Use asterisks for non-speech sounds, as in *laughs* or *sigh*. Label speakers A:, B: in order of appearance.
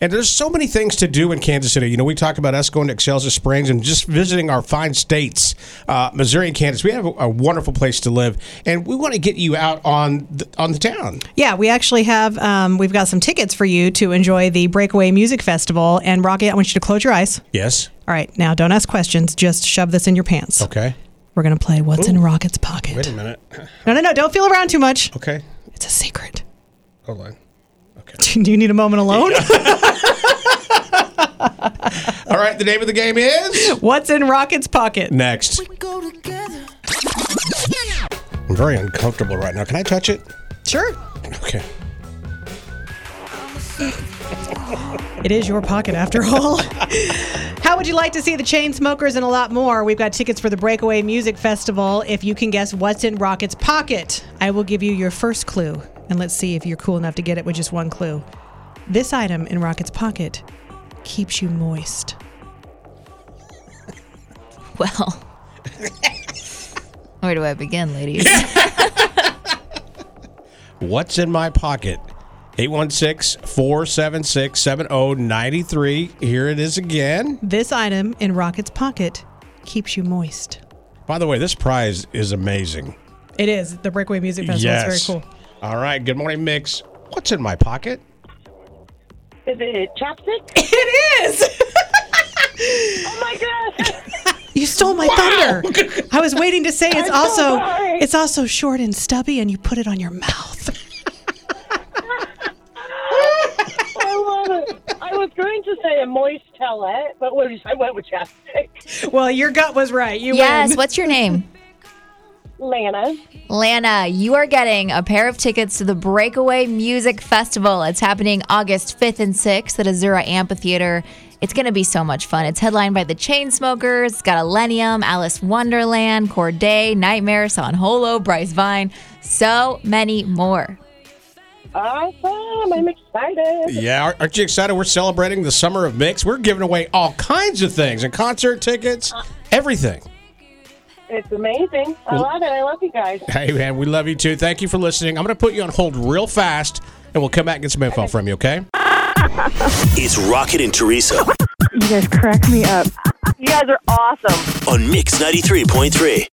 A: And there's so many things to do in Kansas City. You know, we talked about us going to Excelsior Springs and just visiting our fine states, uh, Missouri and Kansas. We have a, a wonderful place to live, and we want to get you out on the, on the town.
B: Yeah, we actually have um, we've got some tickets for you to enjoy the Breakaway Music Festival. And Rocky, I want you to close your eyes.
A: Yes.
B: All right, now don't ask questions. Just shove this in your pants.
A: Okay.
B: We're gonna play What's in Rocket's
A: Oh. Wait a
B: Pocket.
A: minute. Oh.
B: No, no, no! Don't feel around too much.
A: Okay.
B: It's a secret. *laughs*
A: Hold on.
B: Do you need a
A: *laughs*
B: moment alone?
A: All right. The name of the game is
B: What's in Rocket's Pocket?
A: next.
C: go together.
A: I'm very uncomfortable right now. Can I touch it?
B: Sure,
A: Okay.
B: it is your pocket after all. How would you like to see the chain smokers and a lot more? We've got tickets for the Breakaway Music Festival. If you can guess what's in Rocket's pocket, I will give you your first clue, and let's see if you're cool enough to get it with just one clue. This item in Rocket's pocket keeps you moist.
C: Well, where do I begin, ladies?
A: What's in my pocket? 816 476 7093. Here it is again.
B: This item in Rocket's pocket keeps you moist.
A: By the way, this prize is amazing.
B: It is the Breakaway Music Festival.
A: yes.
B: It's very cool.
A: All right. Good morning, Mix. What's in my pocket?
D: Is it chapstick?
B: It is.
D: Oh my god! *laughs*
B: You stole my thunder. I was waiting to say it's
D: I'm so
B: also
D: sorry.
B: it's also short and stubby, and you put it on your mouth.
D: I love it. I was going to say a moist towelette, but we- I went with chapstick.
B: Well, your gut was right. You
C: yes,
B: win.
C: what's your name?
D: Lana.
C: Lana, you are getting a pair of tickets to the Breakaway Music Festival. It's happening August 5th and 6th at Azura Amphitheater. It's going to be so much fun. It's headlined by the Chainsmokers. It's got Elenium, Alice Wonderland, Corday, Nightmare, San Holo, Bryce Vine, so many more.
D: Awesome! I'm excited.
A: Yeah. Aren't you excited? We're celebrating the summer of Mix. We're giving away all kinds of things and concert tickets, everything.
D: It's amazing. I love it. I love you guys.
A: Hey, man, we love you too. Thank you for listening. I'm going to put you on hold real fast, and we'll come back and get some info from you, okay?
E: It's Rocket and Teresa
F: You guys crack me up.
D: You guys are awesome.
E: on Mix 93.3.